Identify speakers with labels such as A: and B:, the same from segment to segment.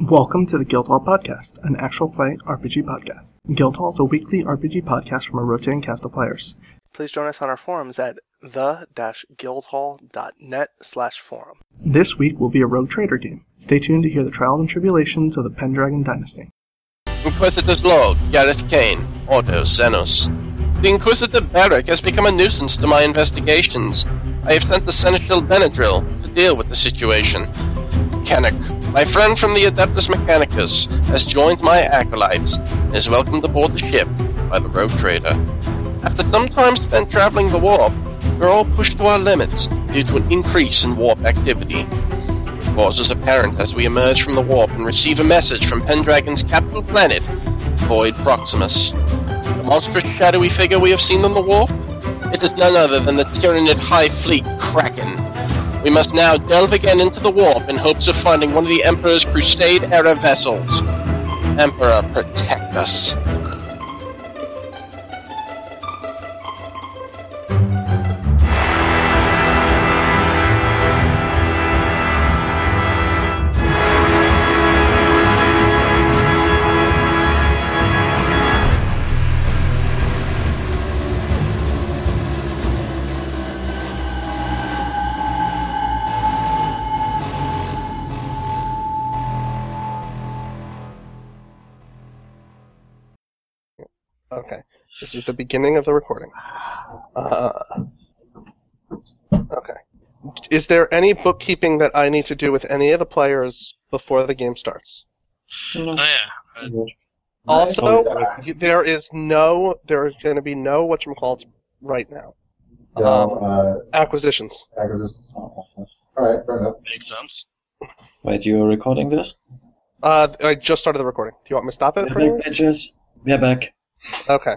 A: Welcome to the Guildhall Podcast, an actual play RPG podcast. Guildhall is a weekly RPG podcast from a rotating cast of players. Please join us on our forums at the-guildhall.net slash forum. This week will be a rogue trader game. Stay tuned to hear the trials and tribulations of the Pendragon Dynasty.
B: Inquisitor's Lord, Gareth Kane, Ordo Zenos. The Inquisitor Barrack has become a nuisance to my investigations. I have sent the Seneschal Benadryl to deal with the situation. Kennick, my friend from the Adeptus Mechanicus, has joined my acolytes and is welcomed aboard the ship by the rogue trader. After some time spent traveling the warp, we're all pushed to our limits due to an increase in warp activity cause is apparent as we emerge from the warp and receive a message from Pendragon's capital planet, Void Proximus. The monstrous shadowy figure we have seen on the warp? It is none other than the Tyranid High Fleet Kraken. We must now delve again into the warp in hopes of finding one of the Emperor's Crusade era vessels. Emperor, protect us.
A: Okay, this is the beginning of the recording. Uh, okay. Is there any bookkeeping that I need to do with any of the players before the game starts?
C: Oh yeah. Uh,
A: Also, um, y- there is no, there is going to be no whatchamacallits right now. Um,
D: uh,
A: acquisitions.
D: acquisitions. Alright, fair enough.
C: makes sense.
E: Wait, you're recording this?
A: Uh, th- I just started the recording. Do you want me to stop it?
E: We're
A: for
E: back,
A: you?
E: bitches. We're back.
A: Okay.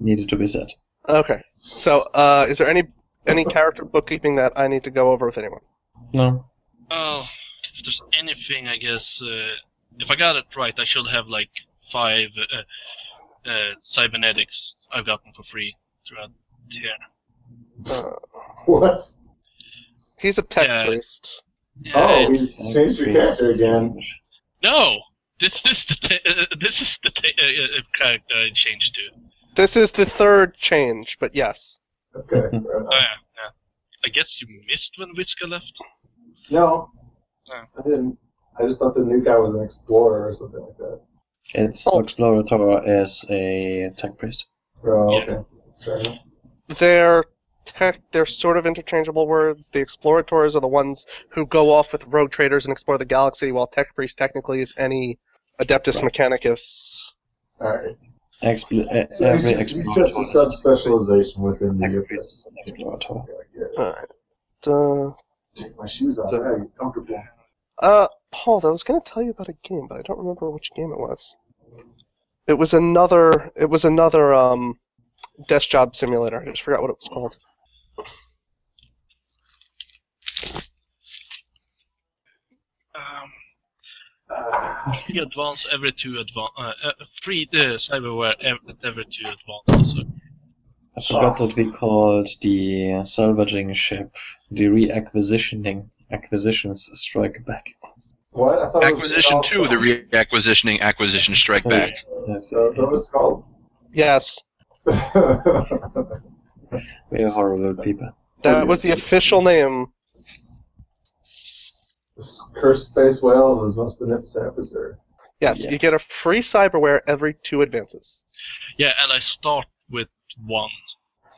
E: Needed to be said.
A: Okay. So, uh, is there any any character bookkeeping that I need to go over with anyone?
E: No.
C: Oh, if there's anything, I guess uh, if I got it right, I should have like five uh, uh, cybernetics I've gotten for free throughout here.
A: Uh,
D: What?
A: he's a tech
C: Yeah.
A: priest.
C: Yeah,
D: Oh,
C: it-
D: we changed your character again.
C: no. This this the t- uh, this is the t- uh, uh, character I changed to.
A: This is the third change, but yes.
D: Okay, fair
C: Oh, yeah,
D: enough.
C: yeah. I guess you missed when Whisker left. Oh.
D: No,
C: Yeah.
D: I didn't. I just thought the new guy was an explorer or something like that.
E: It's
A: Oh.
E: Explorator as a tech priest.
D: Oh,
C: Yeah.
D: okay. Fair enough.
A: They're tech. They're sort of interchangeable words. The explorators are the ones who go off with rogue traders and explore the galaxy, while tech priest technically is any adeptus mechanicus.
D: Alright.
E: Expl- e-
D: So it's,
E: every
D: just, it's just a
E: Explorator.
D: subspecialization within the
E: Tech
D: Eucharist.
E: priest is an Explorator.
D: Yeah,
A: Alright. Uh,
D: Take my shoes off.
A: So-
D: Now you're comfortable.
A: uh, Paul, I was going to tell you about a game, but I don't remember which game it was. It was another. It was another um, desk job simulator. I just forgot what it was called.
C: Um, three advance every two advance uh, uh, three uh, cyberware ev- every two advance. So.
E: I forgot that we called the salvaging ship the reacquisitioning. Acquisitions strike back.
D: What? I thought it was
F: Acquisition 2,
D: called-
F: the reacquisitioning acquisition strike back.
E: That's-
D: Is that what it's called?
A: Yes,
E: We are horrible people.
A: that was the official name.
D: this cursed space whale is the most beneficent officer.
A: Yes, you get a free cyberware every two advances.
B: Yeah, and I start with one.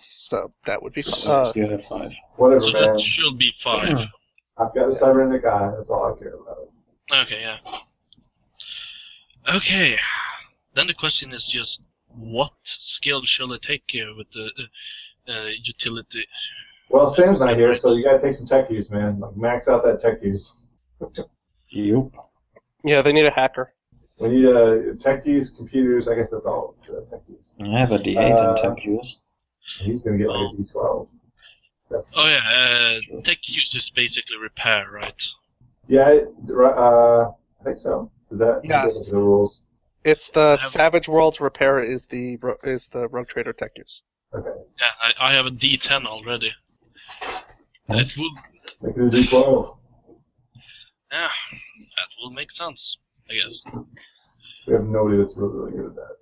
A: So that would be
E: So
A: uh,
E: you have five.
D: Whatever,
B: So
D: man.
B: that should be five.
D: I've got a cybernetic eye. That's all I care about.
B: Okay, yeah. Okay. Then the question is just what skill shall I take here with the uh, uh, utility?
D: Well, Sam's not here, so you gotta take some tech use, man. Like max out that tech use.
E: Yup.
A: yeah. They need a hacker.
D: We need uh, tech use, computers. I guess that's all. Uh, tech use.
E: I have a D8
D: Uh,
E: in temp use.
D: He's gonna get like a D12. That's,
B: Oh yeah, uh, tech use is basically repair, right?
D: yeah, it- uh, I think so. Is that
A: Yes.
D: those are the rules?
A: It's the
B: have-
A: Savage Worlds Repair is the ro- is the Rogue Trader tech use.
D: Okay.
B: Yeah, I, I have a D10 already. That would
D: Make it a D12.
B: yeah, that will make sense, I guess.
D: We have nobody that's really, really good at that.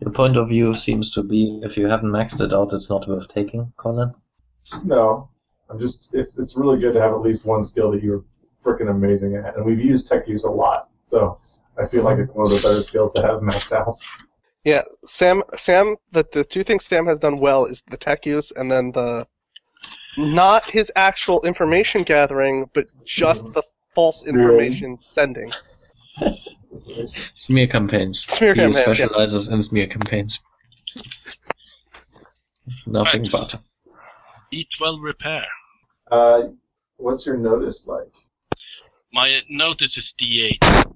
E: Your point of view seems to be if you haven't maxed it out, it's not worth taking, Colin.
D: No, I'm just. It's, it's really good to have at least one skill that you're freaking amazing at, and we've used tech use a lot, so I feel like it's one of the better skills to have max out.
A: Yeah, Sam. Sam. The the two things Sam has done well is the tech use and then the not his actual information gathering, but just the false information sending.
E: Smear campaigns.
A: Smear
E: he
A: campaigns, yeah.
E: specializes in smear campaigns. Nothing
B: Right.
E: but.
B: D12 repair.
D: Uh, what's your notice like?
B: My notice is D8.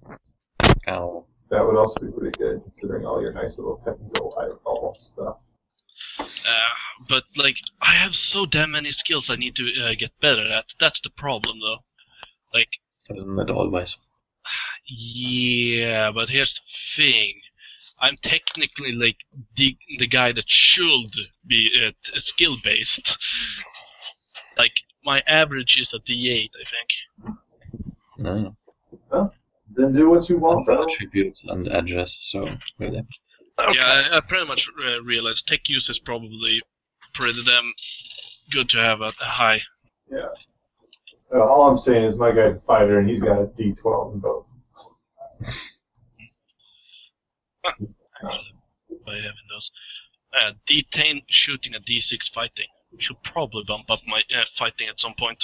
E: Ow.
D: That would also be pretty good, considering all your nice little technical eyeball stuff.
B: Uh, but like, I have so damn many skills I need to uh, get better at. That's the problem, though. Like,
E: Isn't it always?
B: Yeah, but here's the thing. I'm technically like the the guy that should be uh, t- skill based. Like my average is a D8, I think.
E: No.
D: Then do what you want,
E: Other
D: though.
E: Oh, attributes and edges, so really.
B: Yeah, I, I pretty much uh, realized tech use is probably pretty damn good to have at a high.
D: Uh, all I'm saying is my guy's a fighter, and he's got a D12 in both.
B: by having those. Uh, D10 shooting a D6 fighting. Should probably bump up my uh, fighting at some point.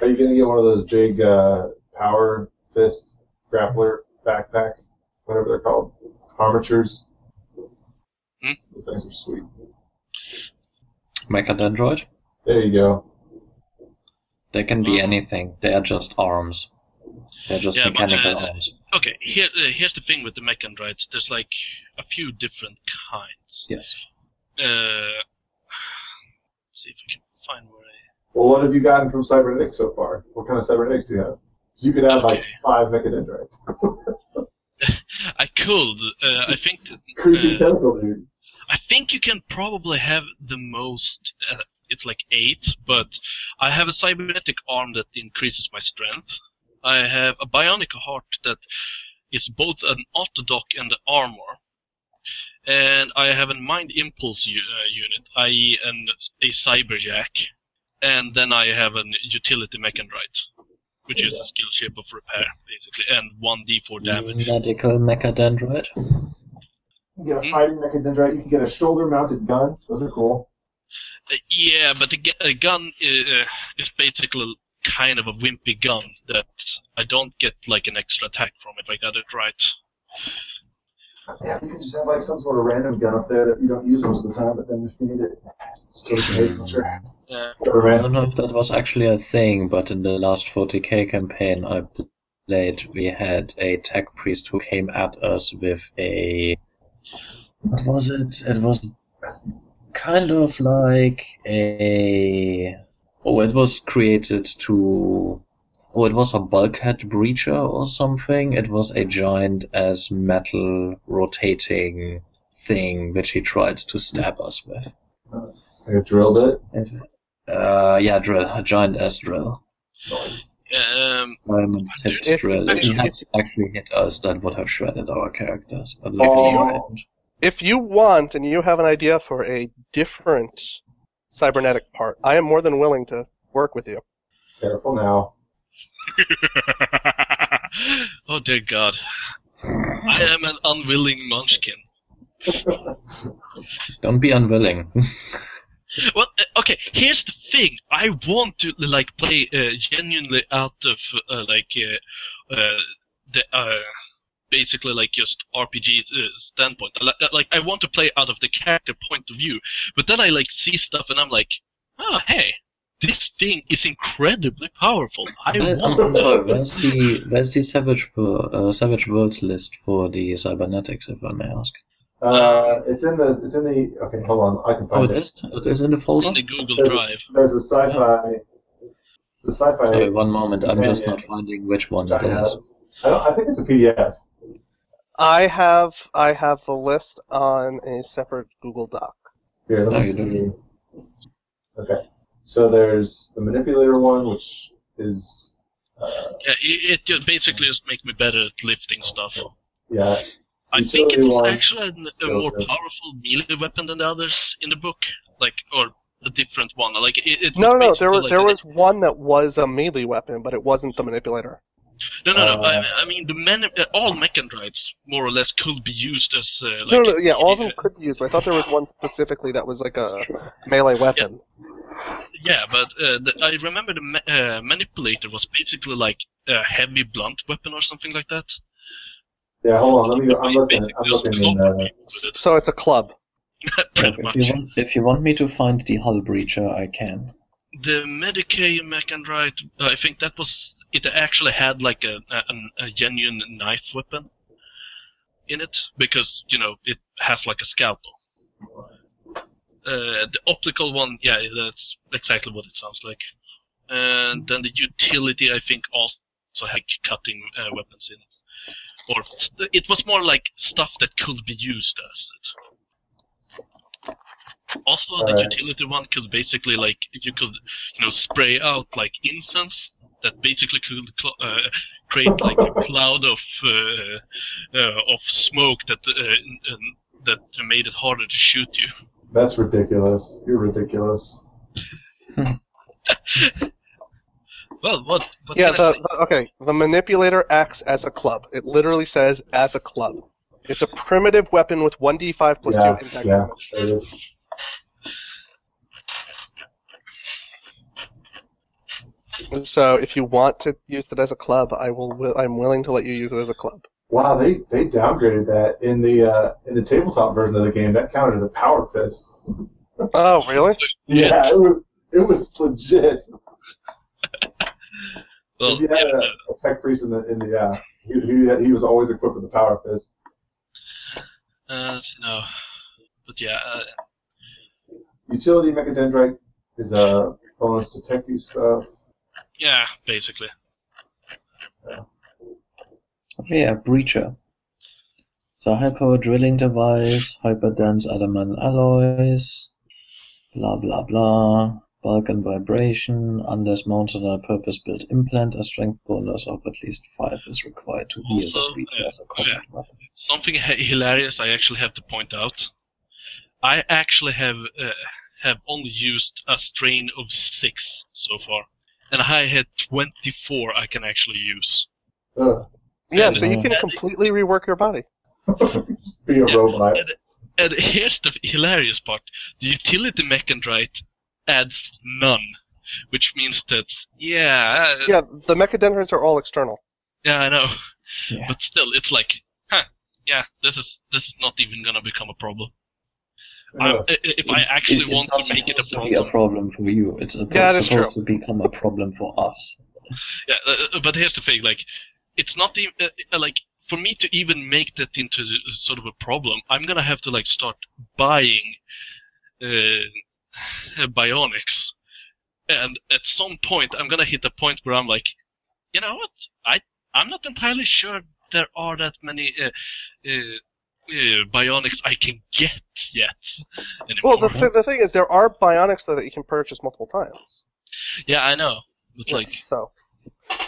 D: Are you gonna get one of those big uh, power fist grappler backpacks, whatever they're called, armatures?
B: Hmm?
D: Those things are sweet.
E: Mecha Dendroid?
D: There you go.
E: They can be anything. They are just arms. They're just
B: Uh-huh. Yeah, but,
E: mechanical
B: uh,
E: arms.
B: Okay, here uh, here's the thing with the mechandrites. There's like a few different kinds.
E: Yes.
B: Uh, see if I can find where I.
D: Well, what have you gotten from cybernetics so far? What kind of cybernetics do you have? 'Cause you could have like
B: Okay.
D: five mechadendrites.
B: I could. Uh, I think.
D: Creepy
B: Uh,
D: tentacle dude.
B: I think you can probably have the most. Uh, it's like eight, but I have a cybernetic arm that increases my strength. I have a bionic heart that is both an autodoc and an armor. And I have a mind impulse u- uh, unit,
E: e
B: i.e., an, a cyberjack. And then I have an utility mechandrite, which is a skill shape of repair, basically, and 1d4 damage.
E: Medical Mecha Dendroid?
D: You can get
B: Hmm?
D: a fighting mechadendrite. You can get a shoulder-mounted gun. Those are cool.
B: Uh, yeah, but the, gu- a gun uh, is basically kind of a wimpy gun that I don't get like an extra attack from if I got it right.
D: Yeah, you can just have like some sort of random gun up there that you don't use most of the time, but then if you need it, it's still
E: Hmm.
D: great. Sure.
B: Yeah.
D: Whatever,
E: I
D: man.
E: don't know if that was actually a thing, but in the last 40k campaign I played, we had a tech priest who came at us with a. What was it? It was kind of like a. Oh, it was created to. Oh, it was a bulkhead breacher or something. It was a giant as metal rotating thing which he tried to stab us with.
D: Like a drill bit.
E: Uh, yeah, drill. A giant ass drill.
D: Nice.
B: Um,
E: Diamond tipped
A: If-
E: drill. If he
A: if-
E: had actually hit us, that would have shredded our characters. But
D: Oh.
E: luckily, it didn't.
A: If you want and you have an idea for a different cybernetic part, I am more than willing to work with you.
D: Careful now.
E: oh dear God. I am an unwilling munchkin.
G: Don't be unwilling.
E: Well, uh, okay. Here's the thing. I want to like play uh, genuinely out of uh, like uh, uh, the uh, basically like just RPG uh, standpoint. I li- Like I want to play out of the character point of view, but then I like see stuff and I'm like, oh hey, this thing is incredibly powerful. I
G: I,
E: want.
G: I'm, I'm sorry. Where's the where's the Savage Wo- uh, Savage Worlds list for the cybernetics, if I may ask?
D: Uh, it's in the it's in the okay. Hold on, I can
G: Oh,
D: find
G: it is. It is in the folder.
E: in the Google
D: There's a,
E: Drive.
D: there's a sci-fi. The sci-fi.
G: Sorry, one moment. I'm
D: Yeah,
G: just
D: yeah.
G: not finding which one
D: I,
G: it is.
D: don't, I think it's a PDF.
A: I have I have the list on a separate Google Doc.
D: Here, let
G: No,
D: me
G: you
D: see. Okay, so there's the manipulator one, which is
E: Yeah, uh, it, it just basically just make me better at lifting stuff.
D: yeah.
E: I
D: Utility
E: think it was
D: one.
E: actually an, a
D: Skills,
E: more
D: yeah.
E: powerful melee weapon than the others in the book, like or a different one. Like it. it
A: No, no,
E: was
A: there
E: basically
A: was
E: like
A: there
E: an-
A: was one that was a melee weapon, but it wasn't the manipulator.
E: No, no, no.
D: Uh,
E: I, I mean, the men, uh, all mechandrites more or less could be used as uh, like.
A: no, no, yeah, all of them
E: uh,
A: could be used, but I thought there was one specifically that was like a melee weapon.
E: Yeah, but uh, the, I remember the ma- uh, manipulator was basically like a heavy blunt weapon or something like that.
D: Yeah, hold on. Let me. Go. I'm
E: Like,
D: looking.
E: basically
D: I'm
E: just
D: looking in. Uh,
E: clobber people with it,
A: So it's a club.
E: pretty
G: if,
E: much.
G: you want, if you want me to find the hull breacher, I can.
E: The Medicaid mechandrite, uh, I think that was it. Actually had like a, a an- a genuine knife weapon in it because you know it has like a scalpel. Uh, the optical one, yeah, that's exactly what it sounds like. And then the utility, I think, also had cutting uh, weapons in it. Or st- it was more like stuff that could be used as it. Also, the
D: Alright.
E: utility one could basically like you could you know spray out like incense that basically could cl- uh, create like a cloud of uh, uh, of smoke that uh, n- n- that made it harder to shoot you.
D: that's ridiculous. You're ridiculous.
E: Well, what? what
A: yeah,
E: can I
A: the,
E: say?
A: the okay, the manipulator acts as a club. It literally says as a club. It's a primitive weapon with 1d5 plus
D: yeah,
A: 2 impact
D: yeah.
A: damage.
D: There it is.
A: So if you want to use it as a club, I will. wi- I'm willing to let you use it as a club.
D: Wow, they, they downgraded that in the uh, in the tabletop version of the game. That counted as a power fist.
A: Oh, really?
D: Yeah, it was it was legit.
E: well,
D: if you had
E: yeah, no.
D: a, a tech priest in the in the uh, he, he, had- he was always equipped with a power fist.
E: Uh, so no. But yeah, uh,
D: Utility mechadendrite is a bonus to tech use stuff.
E: yeah, basically.
G: Oh, yeah, breacher. So hyper drilling device, hyper dense adamant alloys, blah blah blah, bulk and vibration, undismounted and a purpose built implant, a strength bonus of at least five is required to wield
E: Also,
G: a breacher
E: uh,
G: as a combat weapon.
E: Something h- hilarious I actually have to point out. I actually have uh, have only used a strain of six so far, and I had twenty four I can actually use.
D: Ugh,
A: Yeah. So you
G: Yeah.
A: can completely rework your body.
D: just be a
E: Yeah.
D: robot.
E: And, and here's the hilarious part: the utility mechandrite adds none, which means that yeah, uh,
A: Yeah. The mechadendrons are all external.
E: yeah, I know.
G: Yeah.
E: But still, it's like, huh, yeah, this is this is not even gonna become a problem. I,
D: Ugh.
E: i- if
G: It's-
E: I actually
G: it-
E: want
G: it's
E: to
G: not
E: make it a
G: supposed to be a problem
E: problem,
G: for you. It's supposed,
A: Yeah, that's
G: supposed to become a problem for us.
E: yeah. uh, uh, But here's the thing: like, it's not even uh, uh, like for me to even make that into the- sort of a problem. I'm gonna have to like start buying uh, bionics, and at some point, I'm gonna hit a point where I'm like, you know what? I I'm not entirely sure there are that many. Uh, uh, uh, bionics I can get yet.
A: Well,
E: Anymore.
A: the, th- the thing is, there are bionics though that you can purchase multiple times.
E: yeah, I know. But like,
A: So,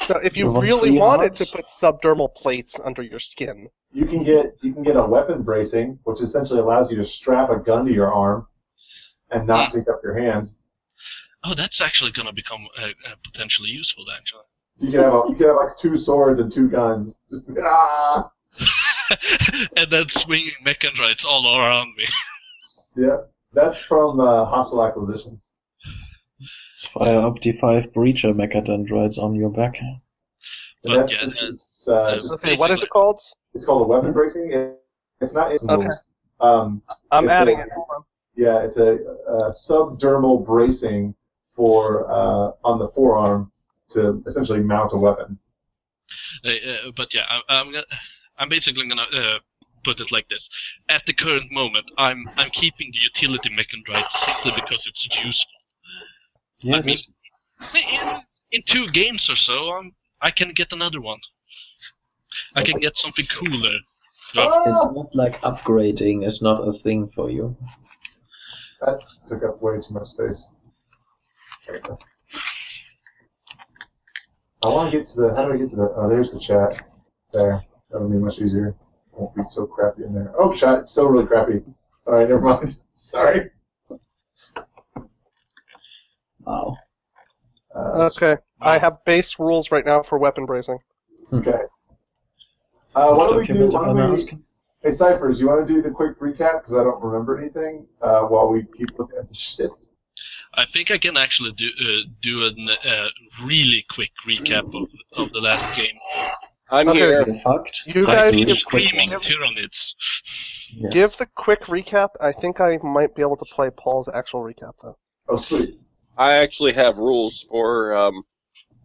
A: so if you
G: You want
A: really
G: three
A: wanted to
G: hearts?
A: put subdermal plates under your skin,
D: You can get you can get a weapon bracing, which essentially allows you to strap a gun to your arm and
E: Hmm.
D: not take up your hand.
E: Oh, that's actually going to become uh, uh, potentially useful, actually.
D: You can have a, you can have like two swords and two guns. Just, ah,
E: and then swinging mechandrites all around me.
D: yeah. That's from uh, hostile acquisitions.
G: Let's fire up D5 breacher mechadendrites on your back.
D: And
E: But
D: that's
E: yeah,
D: just,
E: that-
D: it's, uh,
E: that's-
D: just
A: Okay, what is it called?
D: it's called a weapon bracing. It, it's not it's
A: Okay.
D: Um,
A: I'm
D: It's
A: adding
D: a-
A: it. Hold on.
D: Yeah, it's a, a subdermal bracing for uh, on the forearm to essentially mount a weapon.
E: Uh, uh, but yeah, I, I'm gonna, I'm basically gonna uh, put it like this: at the current moment, I'm I'm keeping the utility mechandrite simply because it's useful.
G: Yeah,
E: I mean, in in two games or so, I'm I can get another one. I can get something cooler.
D: Oh!
G: it's not like upgrading is not a thing for you.
D: That took up way too much space. I want to get to the. How do I get to the? Oh, there's the chat. There. That would be much easier. Won't be so crappy in there. Oh, chat. It's still really crappy. All right, never mind. Sorry.
G: Wow.
D: Uh,
A: Okay. I have base rules right now for weapon bracing.
D: Okay. Uh, what do we do?
G: Document
D: Why don't we,
G: announced.
D: hey, Cyphers, you want to do the quick recap? Because I don't remember anything uh, while we keep looking at the shit.
E: I think I can actually do uh, do a uh, really quick recap of of the last game.
B: I'm
A: Okay.
B: here.
G: The fact.
A: You
G: I
A: guys
G: see
A: give
G: the quick
E: Screaming
G: one.
E: Tyranids.
G: Yes.
A: Give the quick recap. I think I might be able to play Paul's actual recap though.
D: Oh, sweet.
B: I actually have rules for um,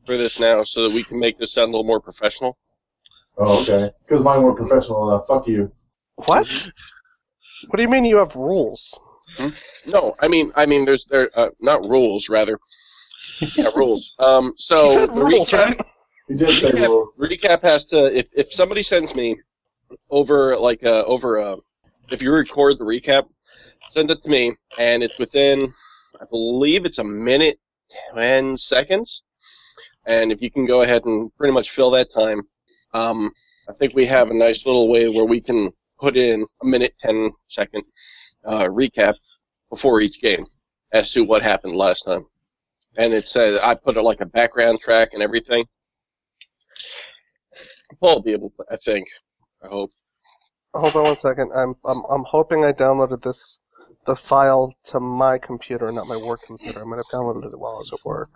B: for this now, so that we can make this sound a little more professional.
D: Oh, okay. Because mine were professional enough. Fuck you.
A: What? What do you mean you have rules?
B: No, I mean, I mean, there's there uh, not rules, rather, yeah, rules. Um,
A: You
B: so
A: said
B: the
A: rules,
B: recap,
A: right?
D: You did say
B: Yeah.
D: rules.
B: recap has to if if somebody sends me over like uh, over uh, if you record the recap, send it to me, and it's within, I believe it's a minute ten seconds, and if you can go ahead and pretty much fill that time, um, I think we have a nice little way where we can put in a minute ten second uh, recap before each game as to what happened last time. And it says I put it like a background track and everything. Paul will be able to, I think. I hope.
A: Hold on one second. I'm I'm I'm hoping I downloaded this the file to my computer, not my work computer. I might have downloaded it while I was at work.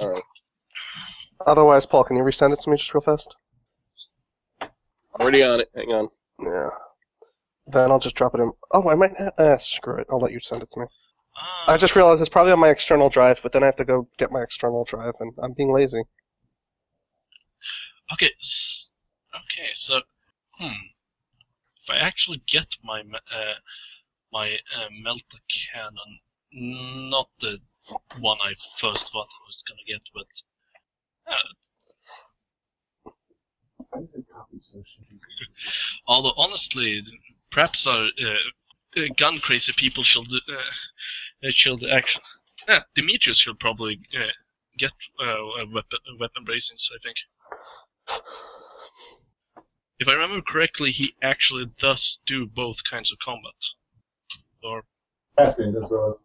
B: All right.
A: Otherwise, Paul, can you resend it to me just real fast?
B: Already on it. Hang on.
A: Yeah. Then I'll just drop it in. Oh, I might. ha- Ah, screw it. I'll let you send it to me. I just realized it's probably on my external drive, but then I have to go get my external drive, and I'm being lazy.
E: Okay, s- okay, so hmm, if I actually get my me- uh, my uh, melter cannon, not the one I first thought I was gonna get, but
D: Why is it copied so shitty?
E: although honestly, perhaps our uh, uh, gun crazy people should uh, uh, should actually uh, Demetrius should probably uh, get uh, a weapon a weapon bracings, I think. If I remember correctly, he actually does do both kinds of combat. Or
D: Caspian does well.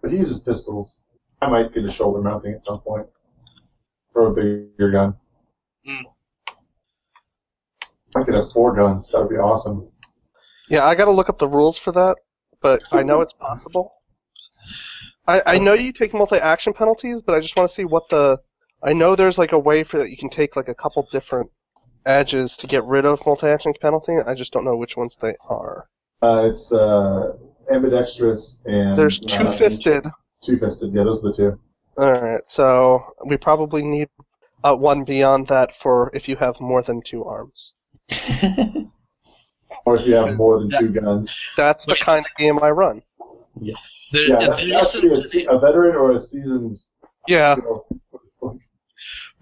D: But he uses pistols. I might get a shoulder mounting at some point. For a bigger gun. Hmm.
E: Mm.
D: I could have four guns. That would be awesome.
A: Yeah, I gotta look up the rules for that, but I know it's possible. I, I know you take multi-action penalties, but I just want to see what the. I know there's like a way for that you can take like a couple different edges to get rid of multi-action penalty. I just don't know which ones they are.
D: Uh, it's uh, ambidextrous and.
A: There's
D: uh,
A: two-fisted.
D: Two fisted. Yeah, those are the two.
A: All right, so we probably need uh, one beyond that for if you have more than two arms.
D: Or if you have more than two guns.
A: That's the
E: Wait.
A: kind of game I run.
G: Yes.
E: the,
D: Yeah,
E: the
D: that, that should be a,
E: reason-
D: se- a veteran or a seasoned.
A: Yeah,
D: You know,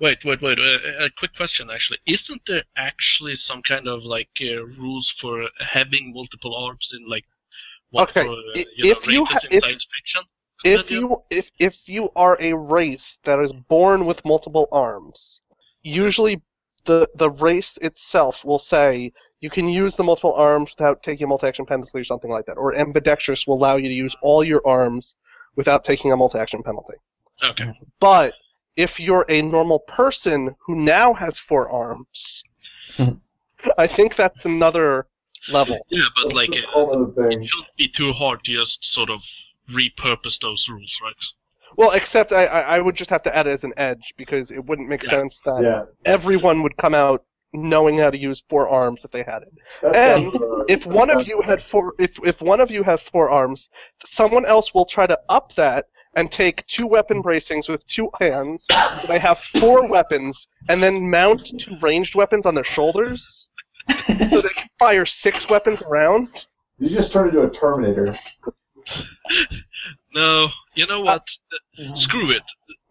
E: Wait, wait, wait. Uh, a quick question, actually. Isn't there actually some kind of like uh, rules for having multiple arms in like one
A: Okay,
E: for uh,
A: i-
E: you
A: if
E: know,
A: you
E: races
A: ha-
E: in
A: if-
E: science fiction?
A: if
E: Yeah.
A: you if if you are a race that is born with multiple arms, usually the the race itself will say you can use the multiple arms without taking a multi-action penalty or something like that. Or ambidextrous will allow you to use all your arms without taking a multi-action penalty.
E: Okay.
A: But if you're a normal person who now has four arms. I think that's another level.
E: Yeah, but like it
D: All of the things.
E: shouldn't be too hard to just sort of repurpose those rules, right?
A: Well, except I, I, I would just have to add it as an edge because it wouldn't make
E: Yeah.
A: sense that
D: Yeah.
A: everyone would come out knowing how to use four arms if they had it.
D: That's
A: And
D: that's, uh,
A: If one of you had four, if if one of you had four arms, someone else will try to up that and take two weapon bracings with two hands. so they have four weapons, and then mount two ranged weapons on their shoulders, so they can fire six weapons around.
D: you just turned into a Terminator.
E: No, you know what? Uh, Screw it,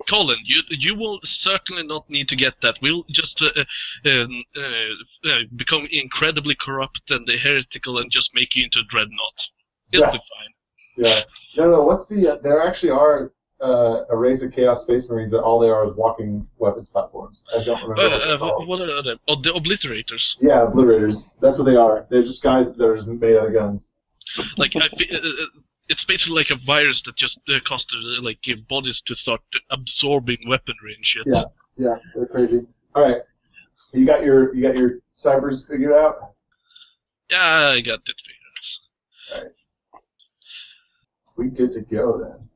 E: Colin. You you will certainly not need to get that. We'll just uh, uh, um, uh, uh, become incredibly corrupt and heretical and just make you into a dreadnought. It'll
D: Yeah.
E: be fine.
D: Yeah. No, no. What's the? Uh, there actually are uh, a race of Chaos Space Marines that all they are is walking weapons platforms. I don't remember.
E: Uh,
D: what they're
E: uh,
D: called.
E: wh- what are they? Oh, the obliterators.
D: yeah, obliterators. That's what they are. They're just guys that are just made out of guns.
E: Like I, fe- uh, uh, it's basically like a virus that just uh, causes uh, like your bodies to start absorbing weaponry and shit.
D: Yeah. Yeah, they're crazy. All right. You got your you got your cybers figured out.
E: Yeah, I got it.
D: We good to go then.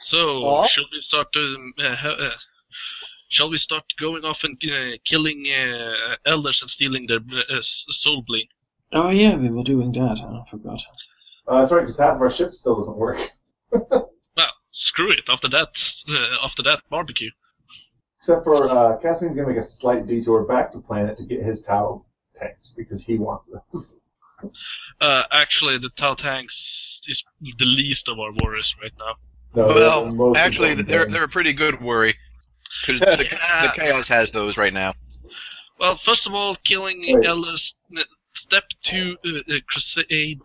E: So
A: Well-
E: shall we start to? Uh, ha- uh, shall we start going off and uh, killing uh, elders and stealing their uh, s- soul bling?
G: Oh yeah, we were doing that. I forgot.
D: Uh, that's right, because half of our ship still doesn't work,
E: Well, screw it. After that, uh, after that barbecue.
D: except for uh, Cassian's gonna make a slight detour back to planet to get his Tau tanks because he wants those.
E: Uh, actually, the Tau tanks is the least of our worries right now.
D: No, they're the
F: Well,
D: most
F: actually,
D: important
F: they're
D: thing.
F: they're a pretty good worry. 'Cause the,
E: Yeah.
F: the chaos has those right now.
E: Well, first of all, killing
D: Right.
E: elders. n- Step two, uh, uh, crusade.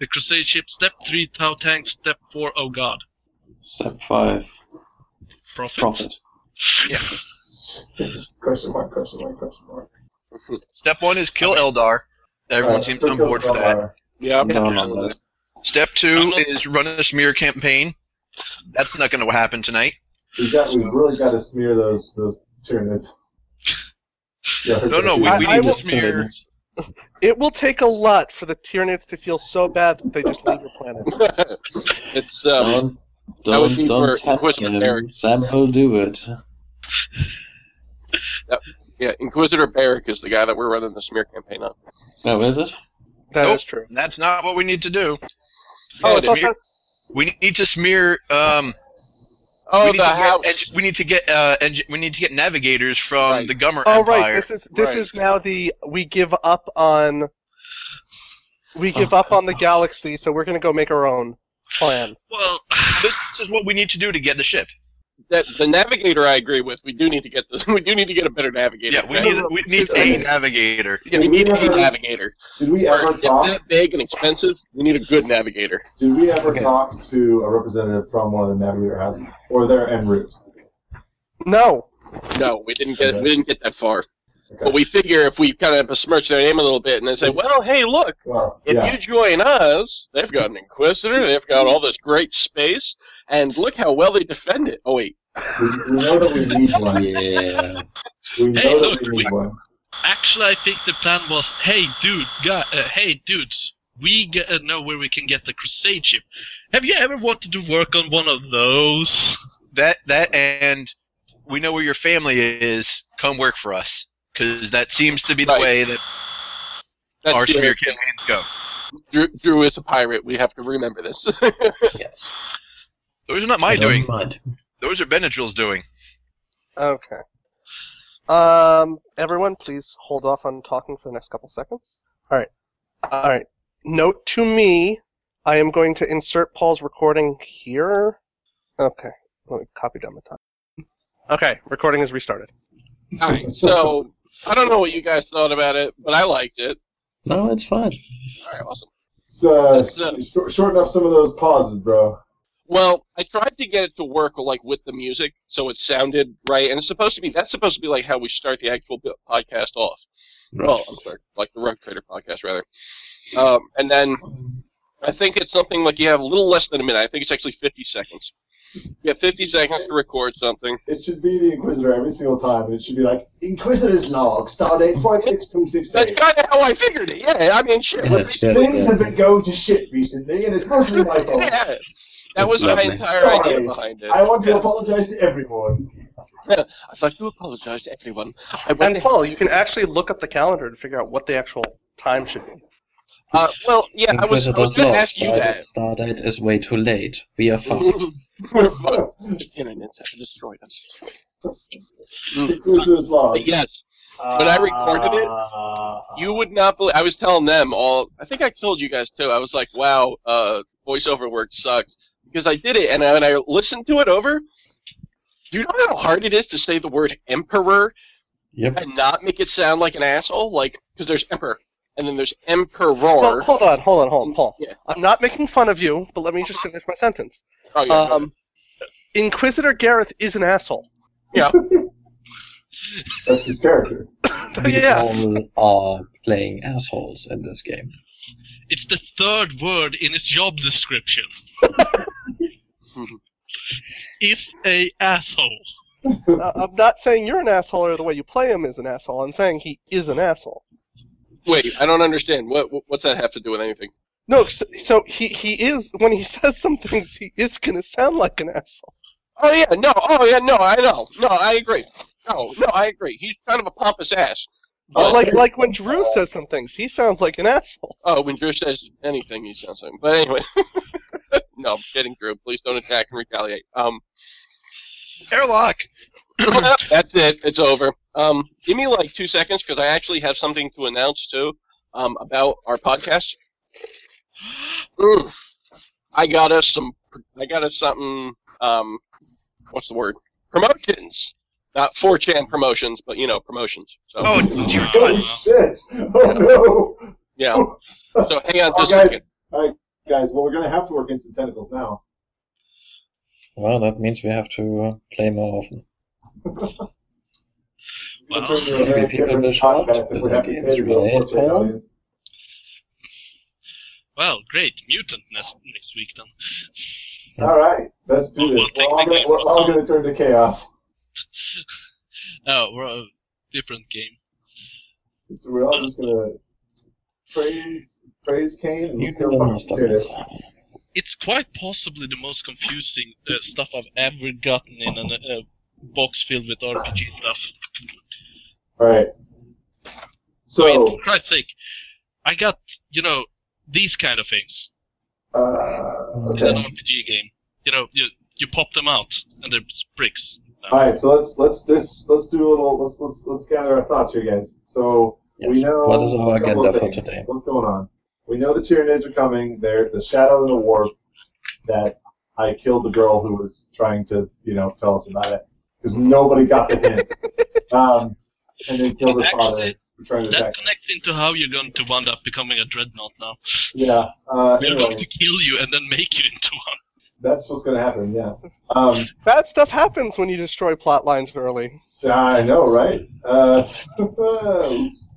E: The crusade ship. Step three, Tau tanks. Step four, oh god,
G: Step five.
E: profit.
G: Profit.
D: Question mark? Question mark? Question mark?
F: Step one is kill Eldar. Everyone
D: Uh,
F: seems
D: who
F: on
D: kills
F: board for that.
D: Valar?
G: I'm down on that.
F: Step two
E: I'm not-
F: is run a smear campaign. That's not going to happen tonight.
D: We got. We really got to smear those those Tyranids. Yeah,
F: No, no, we,
A: I-
F: we
A: I
F: need
A: will-
F: to smear.
A: It will take a lot for the Tyranids to feel so bad that they just leave your planet.
B: it's um,
G: Don't,
B: That would
G: don't,
B: be for
G: don't tap
B: Inquisitor
G: him.
B: Eric.
G: Sam will do it.
B: yeah, Inquisitor Barrack is the guy that we're running the smear campaign on.
G: Oh, is it?
A: That is
F: Nope.
A: true.
F: That's not what we need to do.
A: Oh, I
B: it
A: thought
F: is.
A: that's
F: We need to smear. Um, we
B: Oh,
F: need
B: the
F: to get
B: house.
F: eng- we need to get. Uh, eng- we need to get navigators from
B: Right.
F: the Gummer
A: Oh
F: Empire.
A: right, this is this
B: Right.
A: is now the we give up on we give up on the galaxy, so we're gonna go make our own plan.
E: Well,
F: this is what we need to do to get the ship.
B: That, the navigator, I agree with. We do need to get this. We do need to get a better navigator.
F: Yeah, we
B: right?
F: need we need a navigator.
B: Yeah, we need a navigator.
D: Did we ever
B: If
D: talk?
B: that big and expensive, we need a good navigator.
D: Did we ever
G: Okay.
D: talk to a representative from one of the navigator houses, or their en route?
A: No,
B: No, we didn't get we didn't get that far. But
D: Okay.
B: we figure if we kind of besmirch their name a little bit and then say, well, hey, look,
D: Well,
B: if
D: yeah.
B: you join us, they've got an inquisitor, they've got all this great space, and look how well they defend it. Oh wait,
D: We, we know that we need one.
G: Yeah.
D: We know
E: Hey,
D: that
E: look,
D: we need
E: we-
D: one.
E: Actually, I think the plan was, hey, dude, guy, uh, hey, dudes, we g- uh, know where we can get the Crusade ship. Have you ever wanted to work on one of those?
F: That that and we know where your family is. Come work for us, because that seems to be the
B: Right.
F: way that
B: that's
F: our
B: the
F: smear
B: other
F: campaigns
B: thing.
F: go.
B: Drew, Drew is a pirate. We have to remember this.
G: yes.
F: Those are not my
G: I don't
F: doing.
G: mind.
F: Those are Benadryl's doing.
A: okay. Um, everyone, please hold off on talking for the next couple seconds. All right, all right. Note to me, I am going to insert Paul's recording here. Okay, let me copy down the time. Okay, recording is restarted.
B: all right, so I don't know what you guys thought about it, but I liked it.
G: No, it's fine.
B: All right, awesome.
D: So,
B: That's, uh,
D: sh- short- shorten up some of those pauses, bro.
B: Well, I tried to get it to work like with the music, so it sounded right, and it's supposed to be that's supposed to be like how we start the actual bu- podcast off. Well, I'm sorry, like the Rug Trader podcast rather. Um, and then I think it's something like you have a little less than a minute. I think it's actually 50 seconds. You have 50 seconds to record something.
D: It should be the Inquisitor every single time, and it should be like Inquisitor's log, stardate five six two six
B: That's
D: eight.
B: kind of how I figured it. Yeah, I mean, shit. what
G: Yes,
B: reason-
G: yes,
D: Things have
G: yes.
D: been going to shit recently, and it's mostly my fault.
B: Yeah. That
G: That's
B: was my
G: lovely.
B: entire idea
D: Sorry.
B: behind it.
D: I want to
B: Yeah.
D: apologize to everyone.
B: I'd like to apologize to everyone. I want
A: And
B: to,
A: Paul, you can actually look up the calendar to figure out what the actual time should be.
B: uh, well, yeah, I was, I was
G: Inquisitor's
B: going
G: log.
B: to ask you
G: Stardate-
B: that.
G: Stardate is way too late. We are fucked.
B: We're fucked. Internets have destroyed us.
D: Inquisitor's log. Uh,
B: But Uh, yes, When I recorded it, you would not believe. I was telling them all. I think I told you guys too. I was like, "Wow, uh, voiceover work sucks," because I did it, and I, when I listened to it over, do you know how hard it is to say the word emperor
G: Yep.
B: and not make it sound like an asshole? Like, because there's emperor, and then there's emperor.
A: Well, hold on, hold on, hold on, Paul.
B: Yeah.
A: I'm not making fun of you, but let me just finish my sentence.
B: oh, yeah, go ahead.
A: Um, Inquisitor Gareth is an asshole.
D: That's his character.
E: Oh,
G: We
A: yes.
G: all are playing assholes in this game.
E: It's the third word in his job description. it's a asshole.
A: Uh, I'm not saying you're an asshole or the way you play him is an asshole. I'm saying he is an asshole.
B: wait, I don't understand. What what- what's that have to do with anything?
A: No, so, so he he is when he says some things, he is gonna sound like an asshole.
B: Oh yeah, no, oh yeah, no, I know, no, I agree. No, no, I agree. He's kind of a pompous ass. But-
A: like like when Drew says some things, he sounds like an asshole.
B: Oh, when Drew says anything, he sounds like. But anyway, no, I'm kidding, Drew. Please don't attack and retaliate. Um,
F: Airlock.
B: that's it. It's over. Um, give me like two seconds because I actually have something to announce too. Um, about our podcast. Mm. I got us some. I got us something. Um, what's the word? Promotions. Not 4chan promotions, but you know promotions. So
F: Oh, did you?
D: Holy
E: Uh-huh.
D: shit! Oh no!
B: yeah. So hang on
D: Oh,
B: just a
D: guys,
B: second.
D: alright, guys. Well, we're gonna have to work in some tentacles now.
G: Well, that means we have to uh, play more often.
E: Well,
D: Turn to a very
G: maybe people
D: different
G: will shout,
D: podcast if
G: but
D: we
G: the
D: have to
G: game's
D: pay the
G: really
D: full
G: poor.
D: audience.
E: Well, great. Mutant next, next week then.
D: All right, let's do
E: Well,
D: this. We're all
E: well,
D: gonna,
E: technically-
D: we're all gonna turn to chaos.
E: Oh, we're a different game.
D: It's- we're all just gonna praise praise Kane and
G: You
D: let's
G: can
D: go
G: do
D: fucking
G: most of
D: do
G: it.
D: this.
E: It's quite possibly the most confusing uh, stuff I've ever gotten in a uh, box filled with RPG stuff.
D: All right.
E: I mean,
D: So,
E: for Christ's sake, I got you know these kind of things
D: uh,
E: in an
D: okay.
E: RPG game. You know, you you pop them out and they're just bricks.
D: All right, so let's let's let's let's do a little let's let's let's gather our thoughts here, guys. So we
G: Yes.
D: know
G: What is our
D: a couple
G: agenda
D: of
G: for
D: things.
G: today?
D: What's going on? We know the Tyranids are coming. They're the shadow and the warp. That I killed the girl who was trying to you know tell us about it because nobody got the hint. um, and then killed her father
E: Actually,
D: for trying to
E: That
D: attack.
E: connects into how you're going to wind up becoming a dreadnought now.
D: Yeah. Uh,
E: We're going to
D: anyway,
E: kill you and then make you into one.
D: that's what's gonna happen. Yeah. Um,
A: Bad stuff happens when you destroy plot lines early.
D: so I know, right? Uh, oops.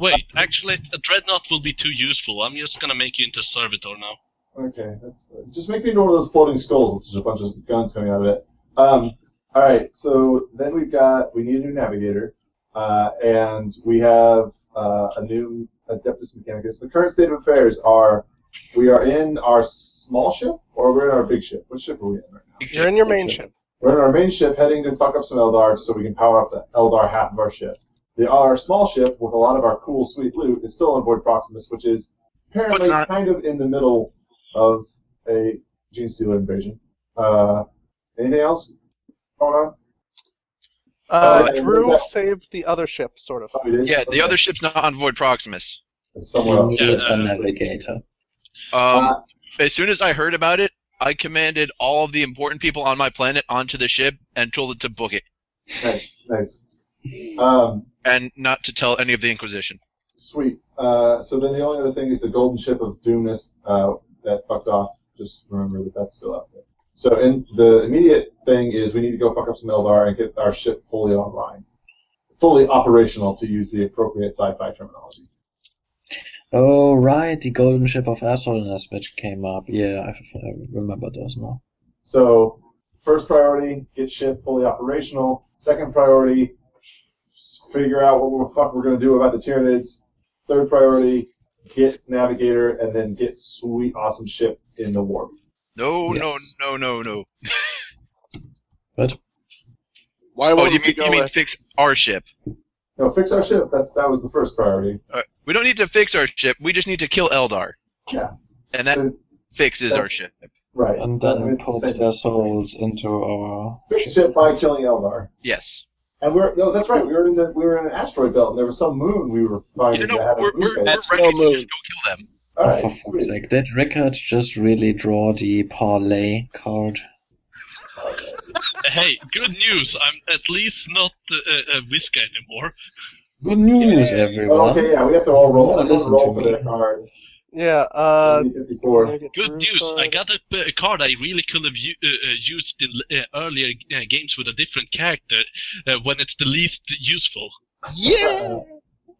E: Wait, actually, a dreadnought will be too useful. I'm just gonna make you into a servitor now.
D: Okay, that's just make me into one of those floating skulls, which is a bunch of guns coming out of it. Um, all right, so then we've got we need a new navigator, uh, and we have uh, a new adeptus mechanicus. The current state of affairs are we are in our small ship or we're in our big ship. What ship are we in right now?
A: You're in your main ship.
D: We're in our main ship, heading to fuck up some Eldar so we can power up the Eldar half of our ship. The our small ship with a lot of our cool, sweet loot is still on board Proximus, which is apparently
F: What's not-
D: kind of in the middle of a gene stealer invasion. Uh, anything else going on?
A: Uh,
D: Uh,
A: Drew
D: yeah.
A: saved the other ship, sort of.
D: Oh, we did?
F: Yeah,
D: Okay.
F: the other ship's not on Void Proximus. uh,
D: It's
G: We
D: somewhere else.
G: need
E: Yeah.
G: a navigator.
F: Um,
D: Uh,
F: as soon as I heard about it, I commanded all of the important people on my planet onto the ship and told it to book it
D: nice, nice. Um,
F: and not to tell any of the Inquisition.
D: Sweet. Uh, so then the only other thing is the golden ship of Doomness uh, that fucked off. Just remember that that's still out there. So and the immediate thing is we need to go fuck up some Eldar and get our ship fully online, fully operational to use the appropriate sci-fi terminology.
G: Oh, right, the golden ship of assholeness which came up. Yeah, I, f- I remember those now.
D: So, first priority, get ship fully operational. Second priority, s- figure out what the fuck we're gonna do about the Tyranids. Third priority, get Navigator, and then get sweet, awesome ship in the warp.
F: No, no,
G: Yes.
F: no, no, no.
A: Why
F: Oh,
A: won't
F: you
A: we
F: mean,
A: go
F: you mean
A: with-
F: fix our ship?
D: No, fix our ship. That's that was the first priority.
F: Uh, we don't need to fix our ship. We just need to kill Eldar.
D: Yeah.
F: And that
D: So-
F: fixes our
D: that's-
F: ship.
D: right.
G: And
D: I
G: then
D: mean,
G: put
D: it's-
G: their souls into our.
D: fix ship by killing Eldar.
F: Yes.
D: And we're no, that's right. We were in the we were in an asteroid belt, and there was some moon we were finding.
F: You know,
D: that had a
F: we're,
D: moon
F: we're, we're
D: base.
F: ready
A: That's
F: to
A: no
F: just go kill them.
D: All
G: oh,
D: right,
G: for fuck's
D: sweet.
G: sake. Did Rickard just really draw the parlay card?
E: Hey, good news. I'm at least not uh, a whisker anymore.
G: Good news, everyone.
D: Okay, yeah, we have to all roll.
G: Well,
D: Everyone
G: listen
D: roll
G: to
D: for
G: me.
D: their card.
A: Yeah. Uh,
D: Fifty-four.
E: Good news. I got a, p- a card I really could have u- uh, uh, used in uh, earlier uh, games with a different character uh, when it's the least useful.
B: Yeah.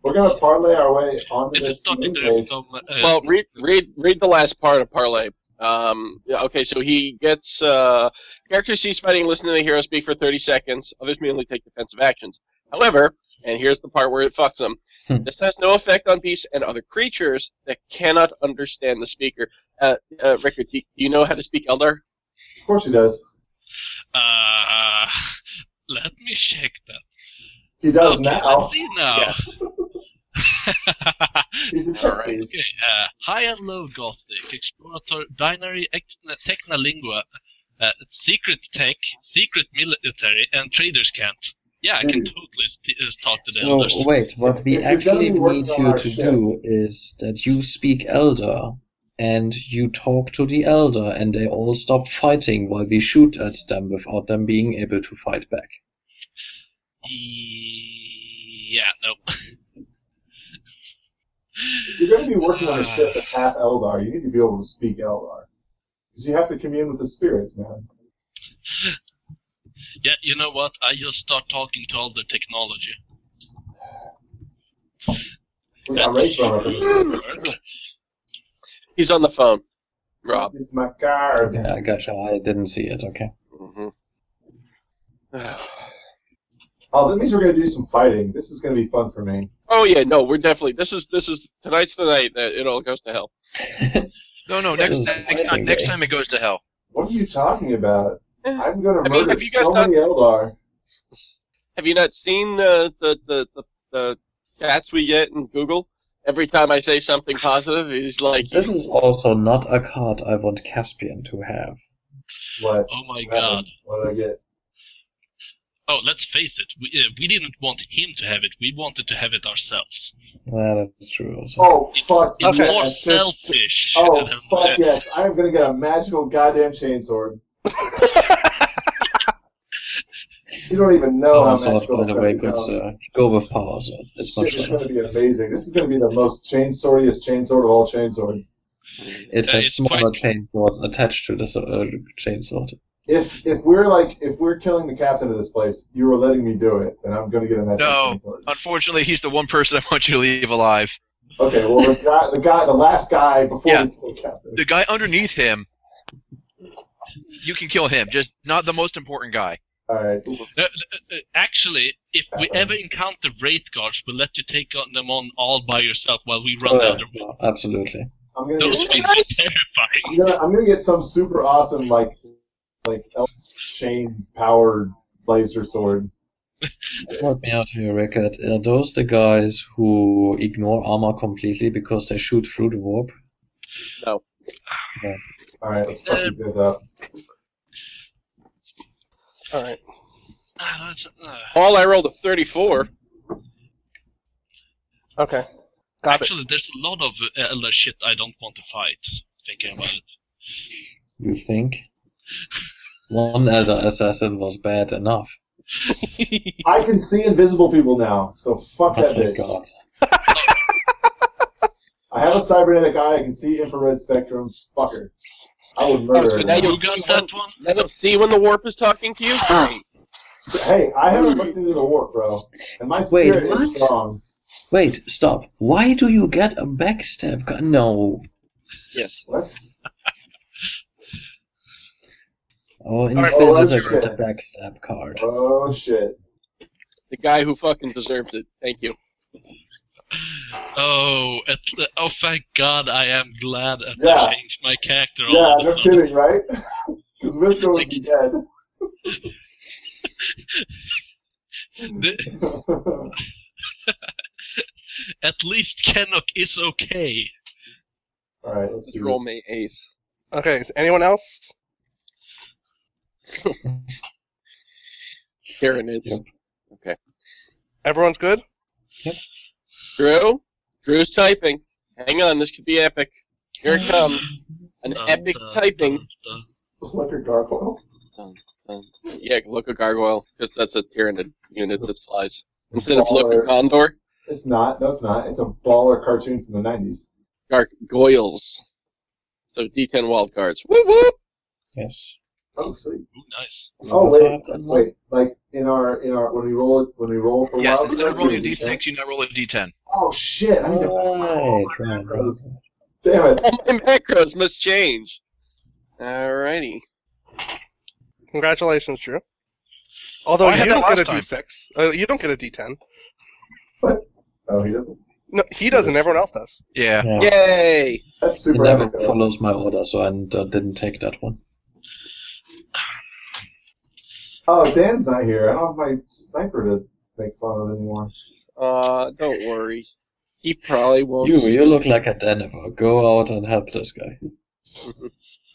D: We're gonna parlay our way onto
E: This is
D: this
E: starting
D: moon
E: to
D: base.
E: become. Uh,
B: Well, read read read the last part of parlay. Um, yeah, okay, so he gets uh, characters cease fighting, and listen to the hero speak for 30 seconds. Others may only take defensive actions. However, and here's the part where it fucks him.
G: Hmm.
B: this has no effect on beasts and other creatures that cannot understand the speaker. Uh, uh, Rickard, do, do you know how to speak Eldar?
D: Of course he does.
E: uh, let me check that.
D: He does
E: okay,
D: now.
E: I see now.
D: He's the
B: All
D: check
B: right.
D: piece.
E: Okay, uh, high and low Gothic, exploratory, binary, ex- technolingua, uh, secret tech, secret military, and traders can't. Yeah, I can
D: Dude.
E: totally st- uh, start to the
G: So
E: others.
G: wait, what
D: If-
G: we
D: if you're gonna
G: actually
D: be working
G: need
D: on
G: you
D: our
G: to
D: ship-
G: do is that you speak Elder and you talk to the Elder and they all stop fighting while we shoot at them without them being able to fight back.
E: E- yeah, no.
D: If you're gonna be working on a ship that's half Eldar, you need to be able to speak Eldar. Because you have to commune with the spirits, man.
E: Yeah, you know what? I just start talking to all the technology.
D: We got Wraith Runner for this.
E: Work.
B: He's on the phone. Rob.
D: This is my card.
G: Yeah, I gotcha. I didn't see it. Okay.
B: Mm-hmm.
D: Oh, that means we're gonna do some fighting. This is gonna be fun for me.
B: Oh yeah, no, we're definitely this is this is tonight's the night that it all goes to hell.
F: No, no,
G: That
F: next,
G: was
F: next,
D: fighting
F: time, next
G: day.
F: time it goes to hell.
D: What are you talking about? I'm gonna
B: I mean,
D: murder
B: have you guys
D: so
B: not-
D: many Eldar.
B: Have you not seen the the the the, the chats we get in Google? Every time I say something positive, he's like,
G: This is also not a card I want Caspian to have.
D: What?
E: Oh my
D: What
E: god.
D: happened? What did I get?
E: Oh, let's face it. We, uh, we didn't want him to have it. We wanted to have it ourselves.
G: Yeah, that's true. Also.
D: Oh fuck!
E: It's
A: Okay.
E: more
D: I said-
E: selfish. uh,
D: Oh
E: than-
D: fuck yes! I am gonna get a magical goddamn chainsword. you don't even know
G: Power
D: how
G: sword,
D: magical
G: Oh, by
D: it's
G: the
D: gonna
G: way, uh,
D: be.
G: good
D: Dom.
G: sir. Go with power sword. uh, It's much
D: Shit, it's
G: better.
D: gonna be amazing. This is gonna be the most chainsordiest chainsword of all chainswords.
G: It
E: Uh,
G: has
E: it's
G: smaller chainsaws attached to the s- uh, chainsword.
D: If if we're like if we're killing the captain of this place, you are letting me do it, and I'm gonna get a magical
F: No.
D: chainsword.
F: Unfortunately, he's the one person I want you to leave alive.
D: Okay, well the guy, the guy, the last guy before
F: Yeah.
D: we kill the captain.
F: The guy underneath him, you can kill him, just not the most important guy.
D: All right.
E: Uh, uh, uh, actually, if we
D: Uh-oh.
E: ever encounter wraith guards, we'll let you take on them on all by yourself while we run
G: Oh,
E: the
G: yeah.
E: other way.
G: No, absolutely.
D: I'm gonna
E: Those
D: get,
E: things are terrifying.
D: I'm gonna I'm gonna get some super awesome like like El- Shane powered laser sword.
G: Help me out here, Rickard. Are those the guys who ignore armor completely because they shoot through the warp?
B: no.
D: All right, let's fuck these guys up.
B: All right.
E: Ah, that's, uh,
B: All I rolled a 34.
A: Okay. Got it.
E: actually, there's a lot of uh, elder shit I don't want to fight. Thinking about it.
G: You think? One elder assassin was bad enough.
D: I can see invisible people now, so fuck
G: Oh
D: that
G: my
D: bitch.
G: god.
D: I have a cybernetic eye. I can see infrared spectrum. Fuck her. I would
B: Oh,
D: murder
B: so
D: her.
B: now
D: now.
E: You
B: you
E: got that one?
B: Let him see when the warp is talking to you. Great.
D: Hey, I haven't looked into the warp, bro, and my
G: Wait,
D: spirit
G: what?
D: is strong.
G: Wait, stop. Why do you get a backstab? ca- No.
B: Yes.
D: What?
G: Oh,
B: right,
D: well,
G: Inquisitor
D: that's
G: got a
D: good.
G: backstab card.
D: Oh shit.
B: The guy who fucking deserved it. Thank you.
E: Oh, at le- oh, thank God! I am glad I
D: Yeah.
E: changed my character.
D: Yeah,
E: all of a
D: no
E: sudden.
D: kidding, right? Because Visco would be dead.
E: The- at least Kenok is okay.
D: All right, let's
B: Just
D: do
B: roll
D: this.
B: me ace.
A: Okay, is anyone else?
B: Karen is.
G: Yep.
A: Everyone's good?
B: Drew? Drew's typing. Hang on, this could be epic. Here it comes. An
E: Dun,
B: epic
E: dun,
B: typing.
E: dun, dun.
D: Electric gargoyle.
B: Um, Yeah, look a gargoyle, because that's a tyrannid unit that flies. Instead of look
D: Baller.
B: a condor,
D: It's not. No, it's not. It's a baller cartoon from the '90s.
B: gargoyles. So D10 wild cards. Woo woo!
G: Yes.
D: Oh, sweet.
E: Ooh, nice.
D: Oh
G: That's
D: wait,
G: what I've done.
D: wait. Like in our in our when we roll it when we roll for
F: Yes,
D: wild
F: instead of rolling a
D: cards, we
F: d6, you now roll a d10.
D: Oh shit! I need to.
G: Right, right, right.
D: Damn it!
B: All my macros must change. Alrighty.
A: Congratulations, Drew. Although
F: Oh, I
A: you
F: had that
A: don't get a
F: last time.
A: D6. Uh, you don't get a D10.
D: Oh, he doesn't.
A: No, he doesn't. Everyone else does.
F: Yeah.
G: Yeah.
B: Yay!
D: That's
G: He
D: super.
G: never
D: Epic. though.
G: follows my order, so I d- didn't take that one.
D: Oh, Dan's not here. I don't have my sniper to make fun of anymore.
B: Uh, don't worry. He probably won't.
G: You, you look like a Deniver. Go out and help this guy.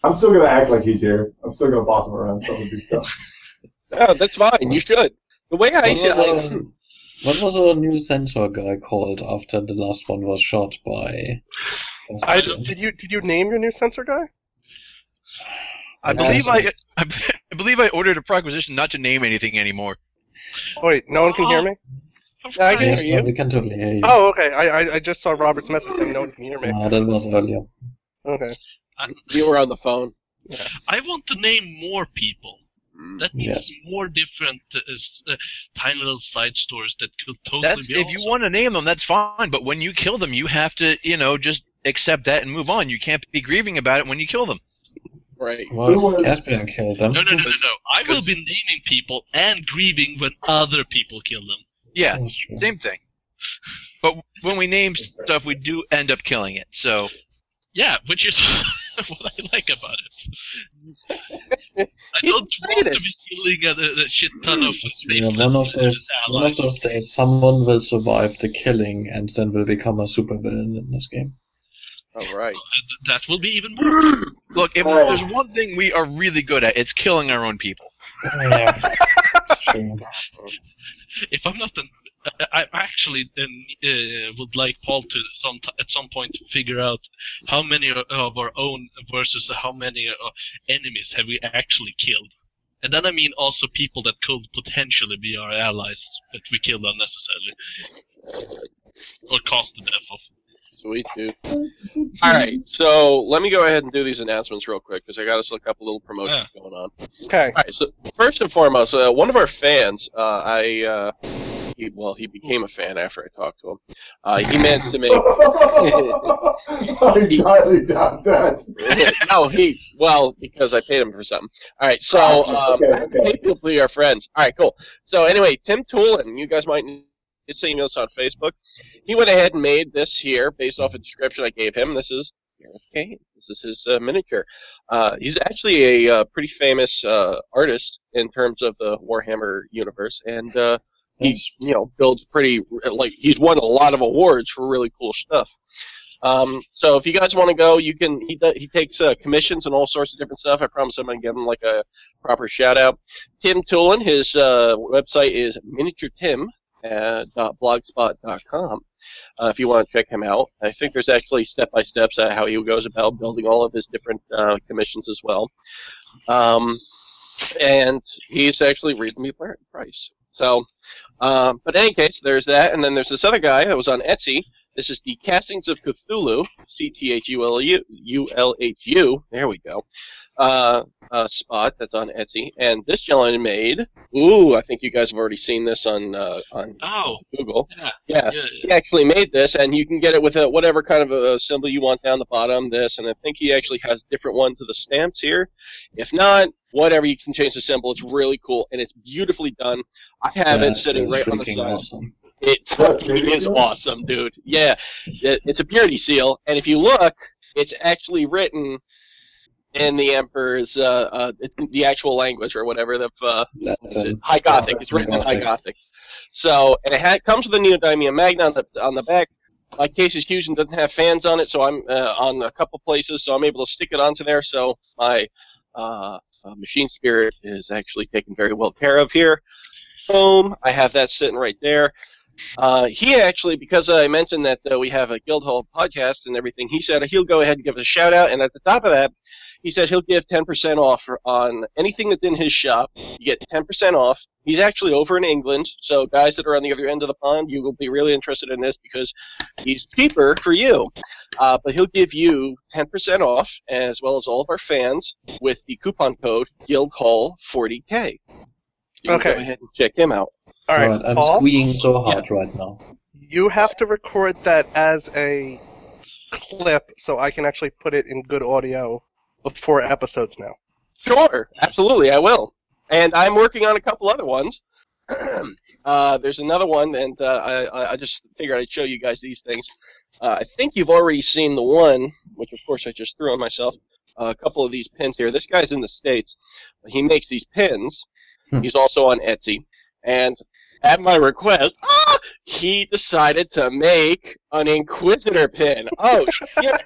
D: I'm still gonna act like he's here. I'm still gonna boss him around. Tell him to do stuff.
B: No, that's fine. You should. The way I
G: What was,
B: should. I,
G: our, what was our new sensor guy called after the last one was shot by?
A: I, did you did you name your new sensor guy?
G: Yeah,
F: I believe I,
G: that's-
F: I, I believe I ordered a proposition not to name anything anymore.
A: Oh, wait, no one can hear me. Yeah, I can
G: Yes,
A: hear you.
G: no, we can totally hear you.
A: Oh, okay. I, I I just saw Robert's message saying no one can hear me.
G: No, that was earlier.
A: Okay.
B: you were on the phone.
E: I want to name more people.
F: Mm.
E: That means
G: Yes.
E: more different uh, s- uh, tiny little side stories that could totally
F: That's
E: be.
F: if you
E: awesome.
F: want to name them, that's fine. But when you kill them, you have to, you know, just accept that and move on. You can't be grieving about it when you kill them.
B: Right.
D: Who
G: Well,
D: was-
G: Caspian killed them.
E: No, no, no, no, no. I will
F: Because-
E: be naming people and grieving when other people kill them.
F: Yeah,
G: That's true.
F: same thing. But when we name stuff, we do end up killing it. So
E: Yeah, which is what I like about it. I
B: He's
E: don't want to
B: excited.
E: be killing a, a shit ton of
G: Yeah,
E: spaceless
G: one of those one of
E: allies.
G: those days someone will survive the killing and then will become a supervillain in this game.
B: All right.
E: And That will be even more.
F: look, if
D: Oh.
F: there's one thing we are really good at, it's killing our own people.
G: yeah, it's true.
E: If I'm not, an, I, I actually um, uh, would like Paul to some t- at some point figure out how many o- of our own versus how many uh, enemies have we actually killed. And then I mean also people that could potentially be our allies that we killed unnecessarily. Or caused the death of.
B: Sweet dude. All right. So let me go ahead and do these announcements real quick because I got us a couple little promotions going on.
A: Okay.
B: All right. So first and foremost, uh, one of our fans, uh, I, uh, he, well, he became a fan after I talked to him. Uh, he managed to make.
D: I entirely doubt that.
B: no, he. Well, because I paid him for something. All right. So um,
D: Oh, okay, okay.
B: Maybe we'll be our friends. All right, cool. So anyway, Tim Toolin, you guys might have seen this on Facebook. He went ahead and made this here based off a description I gave him. This is Gareth Kane. This is his uh, miniature. Uh, he's actually a uh, pretty famous uh, artist in terms of the Warhammer universe, and uh, he
G: Yes.
B: you know builds pretty like he's won a lot of awards for really cool stuff. Um, so if you guys want to go, you can. He, do- he takes uh, commissions and all sorts of different stuff. I promise I'm gonna give him like a proper shout out. Tim Toolin, his uh, website is miniaturetim uh, dot blogspot.com. Uh, if you want to check him out, I think there's actually step by steps at how he goes about building all of his different uh, commissions as well. Um, and he's actually reasonably pri- priced. So, um, but in any case, there's that, and then there's this other guy that was on Etsy. This is the Castings of Cthulhu, C T H U L U U L H U. There we go. uh, uh, spot that's on Etsy, and this gentleman made. Ooh, I think you guys have already seen this on uh, on
E: Oh,
B: Google.
E: yeah,
B: Yeah,
E: yeah.
B: he actually made this, and you can get it with a, whatever kind of a symbol you want down the bottom. This, and I think he actually has different ones of the stamps here. If not, whatever you can change the symbol. It's really cool, and it's beautifully done. I have
G: Yeah,
B: it sitting
G: it's
B: right on the
G: freaking
B: side.
G: awesome.
B: It
D: Yeah,
B: fucking
D: there you
B: is
D: go.
B: awesome, dude. Yeah, it- it's a purity seal, and if you look, it's actually written in the Emperor's uh, uh, the actual language or whatever the uh,
G: That,
B: what is it?
G: um,
B: High Gothic. It's written in High
G: Gothic.
B: Gothic. So, and it ha- comes with a Neodymium Magna on the, on the back. My Casey's Fusion doesn't have fans on it, so I'm uh, on a couple places, so I'm able to stick it onto there. So my uh, uh, Machine Spirit is actually taken very well care of here. Boom! I have that sitting right there. Uh, he actually, because I mentioned that uh, we have a Guildhall podcast and everything, he said he'll go ahead and give us a shout out. And at the top of that, he said he'll give 10% off on anything that's in his shop you get 10% off. He's actually over in England, so guys that are on the other end of the pond, you will be really interested in this because he's cheaper for you. Uh, but he'll give you 10% off, as well as all of our fans, with the coupon code GuildHall40K. You can
A: Okay.
B: Go ahead and check him out.
A: All right,
G: uh, God, I'm
A: Paul,
G: squeeing so hard right now.
A: you have to record that as a clip so I can actually put it in good audio before episodes now.
B: Sure, absolutely, I will. And I'm working on a couple other ones. uh, there's another one, and uh, I, I- I just figured I'd show you guys these things. Uh, I think you've already seen the one, which of course I just threw on myself. Uh, a couple of these pins here. This guy's in the States. He makes these pins.
G: Hmm.
B: He's also on Etsy. And at my request, ah, he decided to make an Inquisitor pin. Oh, shit.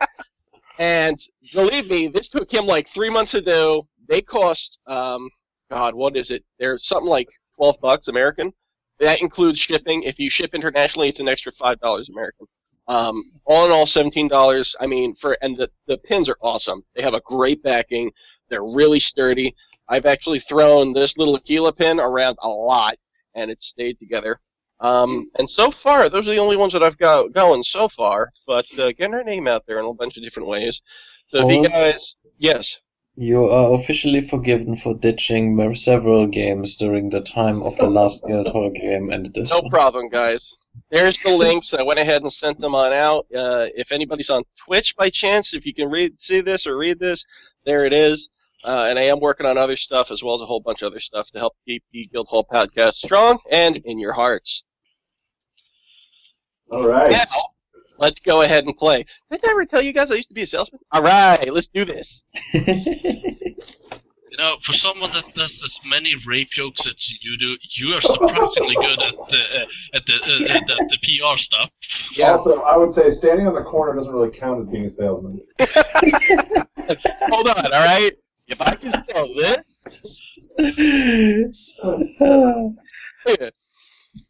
B: And believe me, this took him like three months to do. They cost, um, God, what is it? They're something like twelve bucks American. That includes shipping. If you ship internationally, it's an extra five dollars American. Um, all in all, seventeen dollars. I mean, for and the the pins are awesome. They have a great backing. They're really sturdy. I've actually thrown this little Aquila pin around a lot, and it's stayed together. Um, and so far, those are the only ones that I've got going so far. But uh, getting our name out there in a bunch of different ways. So if
G: Paul?
B: you guys, yes,
G: You are officially forgiven for ditching mer- several games during the time of the last Guild Hall game and this
B: no
G: one.
B: problem, guys. There's the links. I went ahead and sent them on out. Uh, if anybody's on Twitch by chance, if you can read, see this or read this, there it is. Uh, and I am working on other stuff as well as a whole bunch of other stuff to help keep the Guild Hall podcast strong and in your hearts.
D: All right.
B: Now, let's go ahead and play. Did I ever tell you guys I used to be a salesman? All right, let's do this.
E: You know, for someone that does as many rape jokes as you do, you are surprisingly good at the uh, at the, uh, at the, the PR stuff.
B: Yeah.
D: Also, I would say standing on the corner doesn't really count as being a salesman.
B: Hold on, all right? If I can sell this.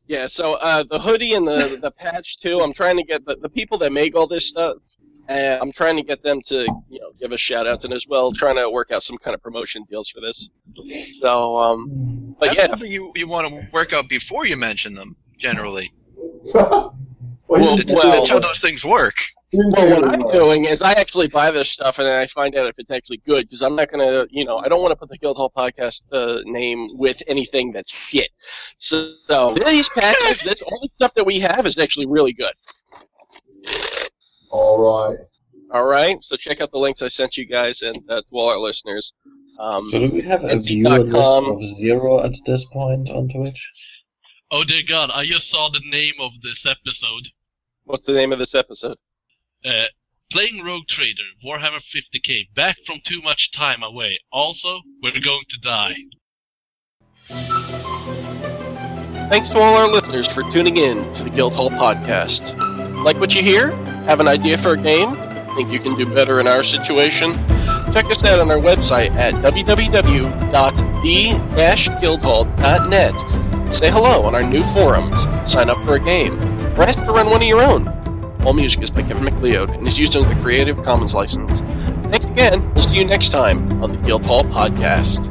B: yeah, so uh, the hoodie and the, the patch, too, I'm trying to get the, the people that make all this stuff. Uh, I'm trying to get them to, you know, give us shout outs and as well trying to work out some kind of promotion deals for this. So, um, but
F: That's
B: yeah,
F: something you, you want to work out before you mention them, generally.
D: well,
B: Well,
D: you
F: That's,
D: didn't
B: well-
F: that's how those things work.
D: you didn't say
B: Well, what
D: it
B: I'm
D: was.
B: doing is I actually buy this stuff and then I find out if it's actually good because I'm not gonna, you know, I don't want to put the Guildhall podcast uh, name with anything that's shit. So, so these patches, this all the stuff that we have is actually really good.
D: All right.
B: All right, so check out the links I sent you guys and uh, to all our listeners. Um,
G: so do we have a
B: Etsy.com.
G: viewer list
B: um,
G: of zero at this point on Twitch?
E: Oh dear God! I just saw the name of this episode.
B: what's the name of this episode?
E: Uh, playing Rogue Trader, Warhammer 50k, back from too much time away. Also, we're going to die.
B: Thanks to all our listeners for tuning in to the Guildhall Podcast. Like what you hear? Have an idea for a game? Think you can do better in our situation? Check us out on our website at www.d-guildhall.net. Say hello on our new forums. Sign up for a game. Or ask to run one of your own. All music is by Kevin McLeod and is used under the Creative Commons license. Thanks again. We'll see you next time on the Guildhall Podcast.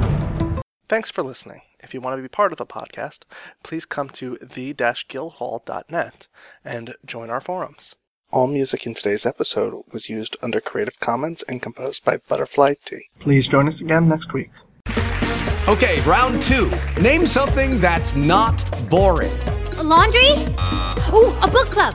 A: Thanks for listening. If you want to be part of the podcast, please come to the-guildhall.net and join our forums. All music in today's episode was used under Creative Commons and composed by Butterfly T.
H: Please join us again next week.
I: Okay, round two. Name something that's not boring.
J: laundry? Ooh, a book club.